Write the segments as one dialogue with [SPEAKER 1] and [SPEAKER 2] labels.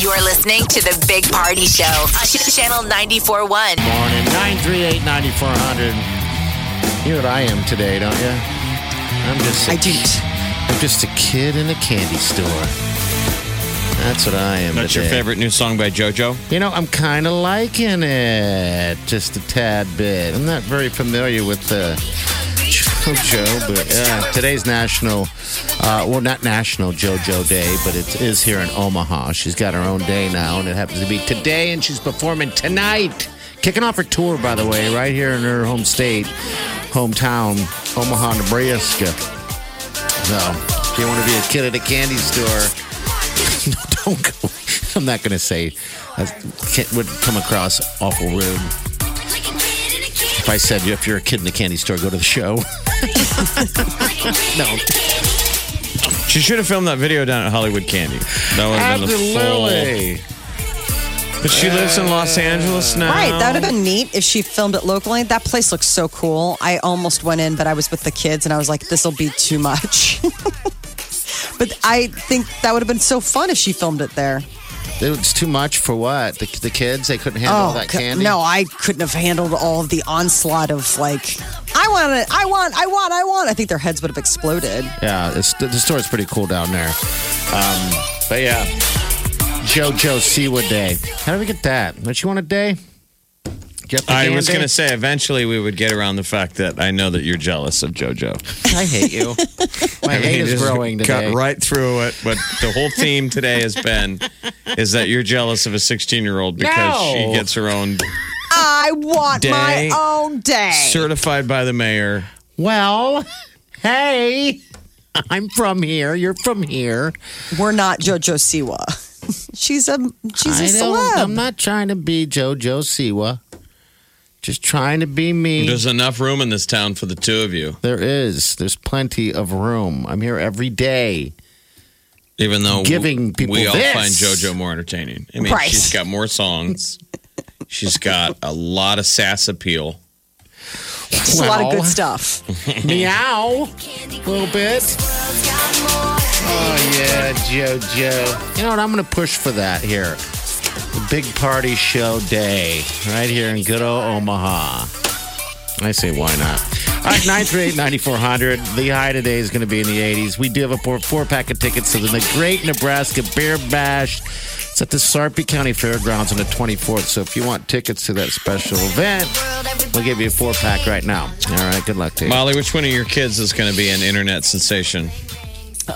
[SPEAKER 1] You're listening to the Big Party Show on Ch- Channel 941.
[SPEAKER 2] Morning, 938 9400. You know what I am today, don't you? I'm just. A,
[SPEAKER 3] I don't.
[SPEAKER 2] I'm just a kid in a candy store. That's what I am.
[SPEAKER 4] That's your
[SPEAKER 2] today.
[SPEAKER 4] favorite new song by JoJo?
[SPEAKER 2] You know, I'm kind of liking it just a tad bit. I'm not very familiar with the. JoJo, but uh, today's national, uh, well, not national JoJo Day, but it is here in Omaha. She's got her own day now, and it happens to be today, and she's performing tonight. Kicking off her tour, by the way, right here in her home state, hometown, Omaha, Nebraska. So, if you want to be a kid at a candy store, no, don't go. I'm not going to say, it would come across awful rude. If I said, if you're a kid in a candy store, go to the show. no.
[SPEAKER 4] She should have filmed that video down at Hollywood Candy. That would have been the
[SPEAKER 2] Absolutely.
[SPEAKER 4] full. But she lives in Los Angeles now.
[SPEAKER 3] Right, that would have been neat if she filmed it locally. That place looks so cool. I almost went in, but I was with the kids and I was like, this will be too much. but I think that would have been so fun if she filmed it there.
[SPEAKER 2] It was too much for what? The, the kids, they couldn't handle all that
[SPEAKER 3] Oh, c-
[SPEAKER 2] candy?
[SPEAKER 3] no, I couldn't have handled all of the onslaught of like, I want it, I want, I want, I want. I think their heads would have exploded.
[SPEAKER 2] Yeah, it's, the, the store's pretty cool down there. Um, but yeah, JoJo Siwa Day. How do we get that? Don't you want a day? Get the
[SPEAKER 4] I
[SPEAKER 2] damn
[SPEAKER 4] was
[SPEAKER 2] day?
[SPEAKER 4] going to say, eventually we would get around the fact that I know that you're jealous of JoJo.
[SPEAKER 2] I hate you. My
[SPEAKER 4] I mean,
[SPEAKER 2] hate is
[SPEAKER 4] just
[SPEAKER 2] growing today.
[SPEAKER 4] Cut right through it. But the whole theme today has been is that you're jealous of a 16 year old because
[SPEAKER 2] No.
[SPEAKER 4] she gets her own
[SPEAKER 3] I want my
[SPEAKER 4] Day.
[SPEAKER 3] own day.
[SPEAKER 4] certified by the mayor.
[SPEAKER 2] Well, hey, I'm from here. You're from here.
[SPEAKER 3] We're not JoJo Siwa. she's a she's a
[SPEAKER 2] I don't-
[SPEAKER 3] celeb.
[SPEAKER 2] I'm not trying to be JoJo Siwa. Just trying to be me.
[SPEAKER 4] There's enough room in this town for the two of you,
[SPEAKER 2] There is. There's plenty of room. I'm here every day.
[SPEAKER 4] even though
[SPEAKER 2] Giving people
[SPEAKER 4] we all
[SPEAKER 2] this.
[SPEAKER 4] find JoJo more entertaining. I mean,
[SPEAKER 3] Right.
[SPEAKER 4] she's got more songs. She's got a lot of sass appeal.
[SPEAKER 3] Just a lot of good
[SPEAKER 2] Well.
[SPEAKER 3] stuff.
[SPEAKER 2] Meow. A little bit. Oh, yeah, JoJo. You know what? I'm going to push for that here. The big party show day right here in good old Omaha. I say, why not? All right, 938 9400. The high today is going to be in the 80s. We do have a four, four pack of tickets to the Great Nebraska Bear Bash. It's at the Sarpy County Fairgrounds on the 24th. So if you want tickets to that special event, we'll give you a four pack right now. All right, good luck to you.
[SPEAKER 4] Molly, which one of your kids is going to be an internet sensation?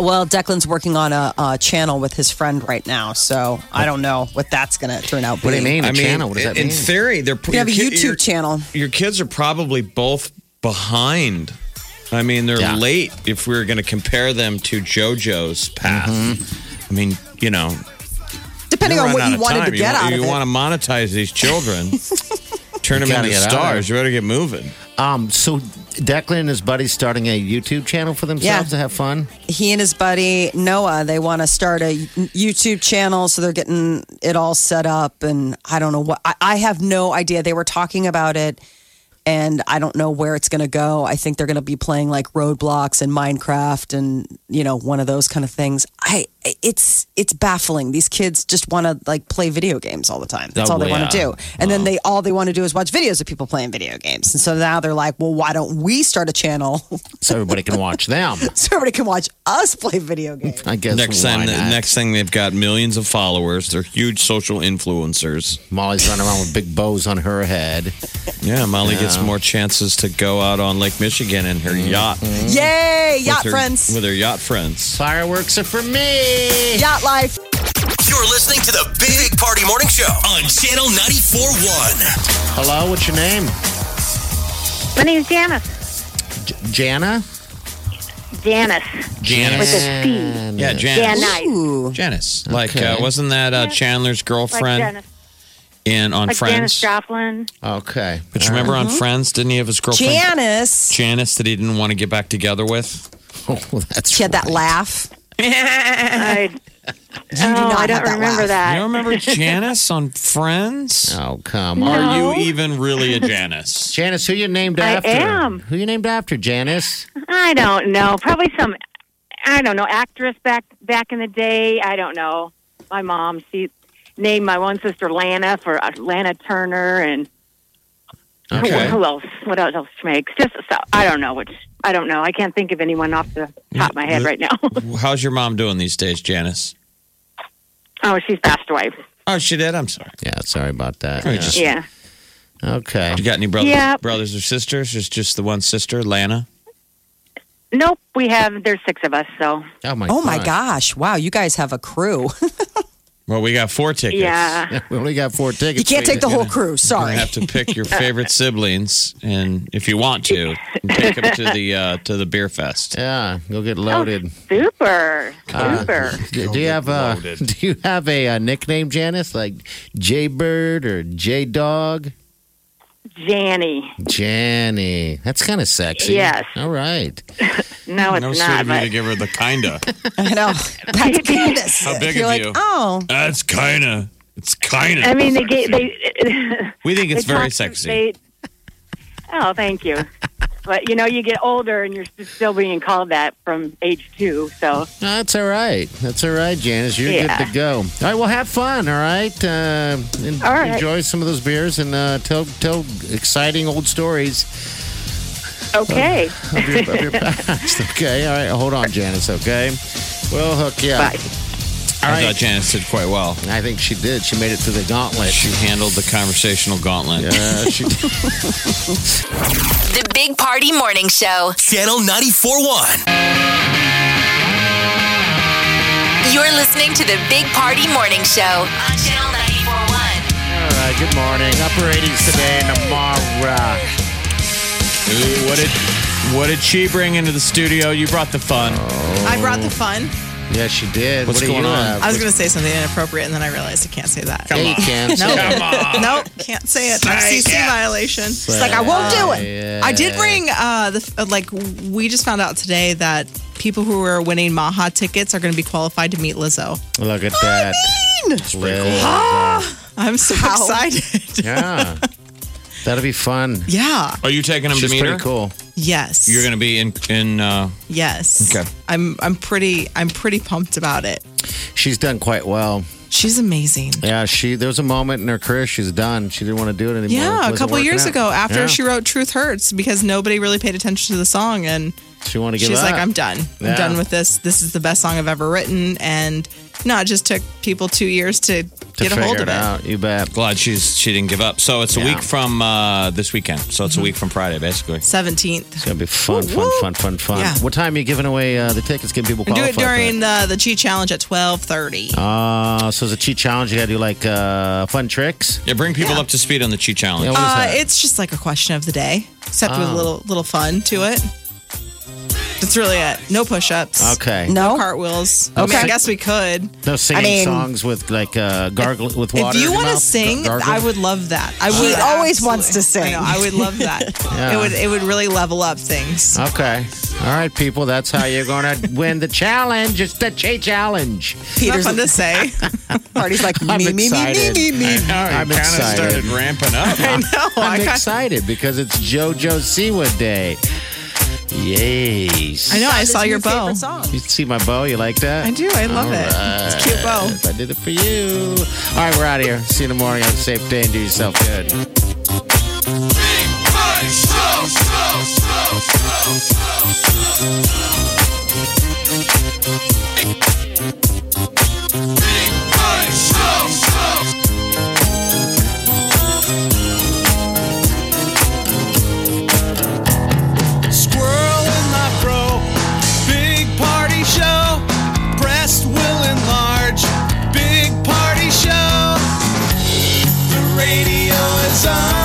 [SPEAKER 3] Well, Declan's working on a, uh channel with his friend right now, so I don't know what that's going to turn out.
[SPEAKER 2] What do you
[SPEAKER 3] being.
[SPEAKER 2] mean? A
[SPEAKER 4] I mean,
[SPEAKER 2] channel? What does that
[SPEAKER 4] in
[SPEAKER 2] mean?
[SPEAKER 4] theory, they're
[SPEAKER 3] We have a
[SPEAKER 4] your kid- your-
[SPEAKER 3] YouTube channel.
[SPEAKER 4] your kids are probably both behind. I mean, they're
[SPEAKER 2] Yeah.
[SPEAKER 4] late if we are going to compare them to JoJo's path.
[SPEAKER 2] Mm-hmm.
[SPEAKER 4] I mean, you know,
[SPEAKER 3] Depending
[SPEAKER 4] you're running
[SPEAKER 3] on what
[SPEAKER 4] out
[SPEAKER 3] you
[SPEAKER 4] of
[SPEAKER 3] wanted
[SPEAKER 4] time.
[SPEAKER 3] to get
[SPEAKER 4] you,
[SPEAKER 3] out
[SPEAKER 4] you
[SPEAKER 3] of it.
[SPEAKER 4] want to monetize these children, turn them
[SPEAKER 2] gotta
[SPEAKER 4] into
[SPEAKER 2] get out of
[SPEAKER 4] stars. You better get moving.
[SPEAKER 2] Um, so Declan and his buddies starting a YouTube channel for themselves to
[SPEAKER 3] Yeah.
[SPEAKER 2] have fun.
[SPEAKER 3] he and his buddy Noah, they want to start a YouTube channel, so they're getting it all set up. And I don't know what I, I have no idea. They were talking about it, and I don't know where it's going to go. I think they're going to be playing like Roadblocks and Minecraft, and you know, one of those kind of things. I it's it's baffling. These kids just want to like play video games all the time. That's all they want to
[SPEAKER 2] yeah.
[SPEAKER 3] do. And then they all they want to do is watch videos of people playing video games. And so now they're like, well, why don't we start a channel
[SPEAKER 2] So everybody can watch them.
[SPEAKER 3] so everybody can watch us play video games?
[SPEAKER 2] I guess
[SPEAKER 4] next
[SPEAKER 2] why
[SPEAKER 4] thing,
[SPEAKER 2] not?
[SPEAKER 4] next thing, they've got millions of followers. They're huge social influencers.
[SPEAKER 2] Molly's running around with big bows on her head.
[SPEAKER 4] Yeah, Mm-hmm. Molly gets more chances to go out on Lake Michigan in her yacht. with
[SPEAKER 3] Yay, yacht
[SPEAKER 4] her-
[SPEAKER 3] friends.
[SPEAKER 4] with her yacht friends.
[SPEAKER 2] Fireworks are for me.
[SPEAKER 3] Yacht life.
[SPEAKER 5] You're listening to the Big Party Morning Show on Channel 94.1.
[SPEAKER 2] Hello, what's your name?
[SPEAKER 6] My name's Janice.
[SPEAKER 2] J- Jana.
[SPEAKER 6] Janice. With
[SPEAKER 4] Janice.
[SPEAKER 6] a C.
[SPEAKER 4] Yeah, Janice.
[SPEAKER 6] Janice.
[SPEAKER 3] Ooh.
[SPEAKER 4] Janice. Like,
[SPEAKER 2] Okay.
[SPEAKER 4] uh, wasn't that uh, Chandler's
[SPEAKER 6] Like
[SPEAKER 4] girlfriend
[SPEAKER 6] Janice.
[SPEAKER 4] in on
[SPEAKER 6] Like
[SPEAKER 4] Friends?
[SPEAKER 6] Janice Joplin. Mm-hmm.
[SPEAKER 2] Okay.
[SPEAKER 4] But you remember on Friends, didn't he have his girlfriend
[SPEAKER 3] Janice.
[SPEAKER 4] Janice that he didn't want to get back together with?
[SPEAKER 2] Oh, that's
[SPEAKER 3] She had that
[SPEAKER 2] right.
[SPEAKER 3] laugh.
[SPEAKER 6] I,
[SPEAKER 3] You do
[SPEAKER 6] oh,
[SPEAKER 3] not
[SPEAKER 6] I don't
[SPEAKER 3] have that
[SPEAKER 6] remember
[SPEAKER 3] laugh.
[SPEAKER 6] that.
[SPEAKER 4] You don't remember Janice on Friends?
[SPEAKER 2] Oh, come on.
[SPEAKER 4] Are
[SPEAKER 6] No.
[SPEAKER 4] you even really a Janice?
[SPEAKER 2] Janice, who you named
[SPEAKER 6] I
[SPEAKER 2] after?
[SPEAKER 6] am.
[SPEAKER 2] Who you named after, Janice?
[SPEAKER 6] I don't know. Probably some, I don't know, actress back back in the day. I don't know. My mom, she named my one sister Lana for uh, Lana Turner, and
[SPEAKER 2] Okay.
[SPEAKER 6] who else? What else makes? Just so, I don't know which. I don't know. I can't think of anyone off the top of my head right now.
[SPEAKER 4] How's your mom doing these days, Janice?
[SPEAKER 6] oh, she's passed away.
[SPEAKER 4] Oh, she did? I'm sorry.
[SPEAKER 2] Yeah, sorry about that.
[SPEAKER 4] Oh,
[SPEAKER 2] Yeah.
[SPEAKER 4] just-
[SPEAKER 6] Yeah.
[SPEAKER 2] Okay.
[SPEAKER 4] You got any brothers,
[SPEAKER 6] Yeah.
[SPEAKER 4] brothers or sisters? There's just the one sister, Lana.
[SPEAKER 6] Nope. We have. There's six of us. So
[SPEAKER 2] Oh my.
[SPEAKER 3] Oh my
[SPEAKER 2] God.
[SPEAKER 3] gosh. Wow, you guys have a crew.
[SPEAKER 4] Well, we got four tickets.
[SPEAKER 6] yeah.
[SPEAKER 2] We only got four tickets.
[SPEAKER 3] you can't take the whole crew.
[SPEAKER 4] You're
[SPEAKER 3] Sorry.
[SPEAKER 4] gonna have to pick your favorite siblings, and if you want to, and take them to the uh, to the beer fest.
[SPEAKER 2] Yeah, go get loaded.
[SPEAKER 6] Oh. Super. Super.
[SPEAKER 2] do, do you have a Do you have a, uh nickname, Janice? Like J Bird or J Dog?
[SPEAKER 6] Janny.
[SPEAKER 2] Janny. That's kind of sexy.
[SPEAKER 6] Yes.
[SPEAKER 2] All right.
[SPEAKER 6] No, it's
[SPEAKER 4] No sweet
[SPEAKER 6] not.
[SPEAKER 4] of you to
[SPEAKER 6] But
[SPEAKER 4] give her the kinda.
[SPEAKER 3] I know. That's goodness.
[SPEAKER 4] How big
[SPEAKER 3] You're
[SPEAKER 4] of
[SPEAKER 3] like,
[SPEAKER 4] you?
[SPEAKER 3] oh,
[SPEAKER 4] That's kinda. It's kinda.
[SPEAKER 6] I mean, they gave they.
[SPEAKER 4] we think it's
[SPEAKER 6] They
[SPEAKER 4] very
[SPEAKER 6] talk-
[SPEAKER 4] sexy.
[SPEAKER 6] they- oh, thank you. but you know, you get older and you're still being called that from age two. So
[SPEAKER 2] No, That's all right. That's all right, Janice. You're
[SPEAKER 6] Yeah.
[SPEAKER 2] good to go. All right. Well, have fun. All right. Uh, and
[SPEAKER 6] All right.
[SPEAKER 2] Enjoy some of those beers and uh, tell tell exciting old stories
[SPEAKER 6] okay,
[SPEAKER 2] of your, of your past. Okay. All right. Hold on, Janice. Okay. We'll hook you up.
[SPEAKER 6] bye.
[SPEAKER 2] All
[SPEAKER 4] I thought
[SPEAKER 2] right.
[SPEAKER 4] Janice did quite well.
[SPEAKER 2] I think she did. She made it through the gauntlet.
[SPEAKER 4] She handled the conversational gauntlet.
[SPEAKER 2] Uh, she did.
[SPEAKER 1] The Big Party Morning Show.
[SPEAKER 5] Channel 94.1.
[SPEAKER 1] You're listening to the Big Party Morning Show on Channel 941.
[SPEAKER 2] All right. Good morning. Upper 80s today and tomorrow.
[SPEAKER 4] Ooh, what did what did she bring into the studio? You brought the fun.
[SPEAKER 7] I brought the fun.
[SPEAKER 2] Yeah, she did.
[SPEAKER 4] What's
[SPEAKER 2] What do
[SPEAKER 4] going
[SPEAKER 2] you
[SPEAKER 4] on?
[SPEAKER 2] have?
[SPEAKER 7] I was going to say something inappropriate, and then I realized I can't say that.
[SPEAKER 2] Hey, Ken.
[SPEAKER 7] No, nope, can't say it. CC violation.
[SPEAKER 3] it's like I won't do it.
[SPEAKER 7] I did bring uh, the uh, like. We just found out today that people who are winning Maha tickets are going to be qualified to meet Lizzo.
[SPEAKER 2] Look at that. Lizzo.
[SPEAKER 7] I'm so excited.
[SPEAKER 2] yeah. That'll be fun.
[SPEAKER 7] yeah.
[SPEAKER 4] Are you taking him
[SPEAKER 2] She's
[SPEAKER 4] to meet her?
[SPEAKER 2] pretty cool.
[SPEAKER 7] Yes.
[SPEAKER 4] You're gonna be in in uh,
[SPEAKER 7] Yes.
[SPEAKER 4] Okay.
[SPEAKER 7] I'm. I'm pretty. I'm pretty pumped about it.
[SPEAKER 2] She's done quite well.
[SPEAKER 7] She's amazing.
[SPEAKER 2] Yeah, she there was a moment in her career she's done. She didn't want to do it anymore. It
[SPEAKER 7] Yeah, a
[SPEAKER 2] wasn't
[SPEAKER 7] couple
[SPEAKER 2] working
[SPEAKER 7] years
[SPEAKER 2] out.
[SPEAKER 7] ago, after
[SPEAKER 2] Yeah.
[SPEAKER 7] she wrote "Truth Hurts," because nobody really paid attention to the song, and
[SPEAKER 2] she wanted to give
[SPEAKER 7] she's
[SPEAKER 2] up.
[SPEAKER 7] like, "I'm done.
[SPEAKER 2] Yeah.
[SPEAKER 7] I'm done with this. This is the best song I've ever written." And no, it just took people two years to,
[SPEAKER 2] to
[SPEAKER 7] get a hold
[SPEAKER 2] figure
[SPEAKER 7] of it.
[SPEAKER 2] it out. You bet.
[SPEAKER 4] glad she's she didn't give up. So it's a
[SPEAKER 2] Yeah.
[SPEAKER 4] week from uh, this weekend. So it's a week from Friday, basically.
[SPEAKER 7] Seventeenth.
[SPEAKER 2] It's gonna be fun, fun, fun, fun, fun.
[SPEAKER 7] Yeah.
[SPEAKER 2] What time are you giving away uh, the tickets? Getting people
[SPEAKER 7] Do
[SPEAKER 2] qualified.
[SPEAKER 7] it during the the Chi Challenge at twelve thirty.
[SPEAKER 2] Uh, so it's a cheat challenge. You gotta do like uh, fun tricks.
[SPEAKER 4] Yeah, bring people up to speed on the Chi Challenge.
[SPEAKER 2] Yeah, what is
[SPEAKER 7] Uh,
[SPEAKER 2] that? Oh.
[SPEAKER 7] it's just like a question of the day, except with a little little fun to it. That's really it. No push-ups.
[SPEAKER 2] okay.
[SPEAKER 7] No
[SPEAKER 3] No.
[SPEAKER 7] cartwheels. I mean, I
[SPEAKER 2] Okay.
[SPEAKER 7] guess we could.
[SPEAKER 2] No singing
[SPEAKER 3] I mean-
[SPEAKER 2] songs with like uh, gargle with water.
[SPEAKER 7] If you
[SPEAKER 2] want to
[SPEAKER 7] sing, I would love that. I would.
[SPEAKER 3] He always
[SPEAKER 7] absolutely-
[SPEAKER 3] wants to
[SPEAKER 7] I,
[SPEAKER 3] sing.
[SPEAKER 7] know, I would love that.
[SPEAKER 2] Yeah.
[SPEAKER 7] It would. It would really level up things.
[SPEAKER 2] Okay. All right, people. That's how you're gonna win the challenge. It's the Che Challenge.
[SPEAKER 7] Not fun to say.
[SPEAKER 3] Party's like me,
[SPEAKER 2] I'm
[SPEAKER 3] me, me, me,
[SPEAKER 2] excited.
[SPEAKER 3] me, me.
[SPEAKER 2] I'm
[SPEAKER 4] kind of
[SPEAKER 2] excited.
[SPEAKER 4] started ramping up.
[SPEAKER 7] I know. I
[SPEAKER 2] I'm
[SPEAKER 7] got-
[SPEAKER 2] excited because it's JoJo Siwa Day. Yes.
[SPEAKER 7] I know. I saw your
[SPEAKER 3] His favorite
[SPEAKER 7] bow.
[SPEAKER 3] song.
[SPEAKER 2] You see my bow? You like that?
[SPEAKER 7] I do. I love
[SPEAKER 2] All
[SPEAKER 7] it. It's a cute bow.
[SPEAKER 2] I did it for you. All right, we're out of here. See you in the morning. Have a safe day and do yourself good.
[SPEAKER 8] Squirrel in my fro. Big party show. Breast will enlarge. Big party show. The radio is on.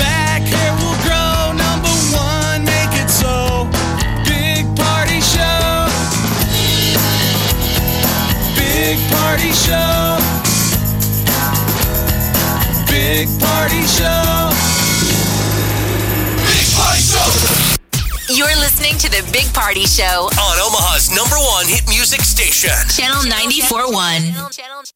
[SPEAKER 4] Back hair will grow. Number one, make it so. Big party show. Big party show. Big party show. Big party show.
[SPEAKER 1] You're listening to the Big Party Show,
[SPEAKER 9] On Omaha's number one hit music station.
[SPEAKER 1] Channel 94.1.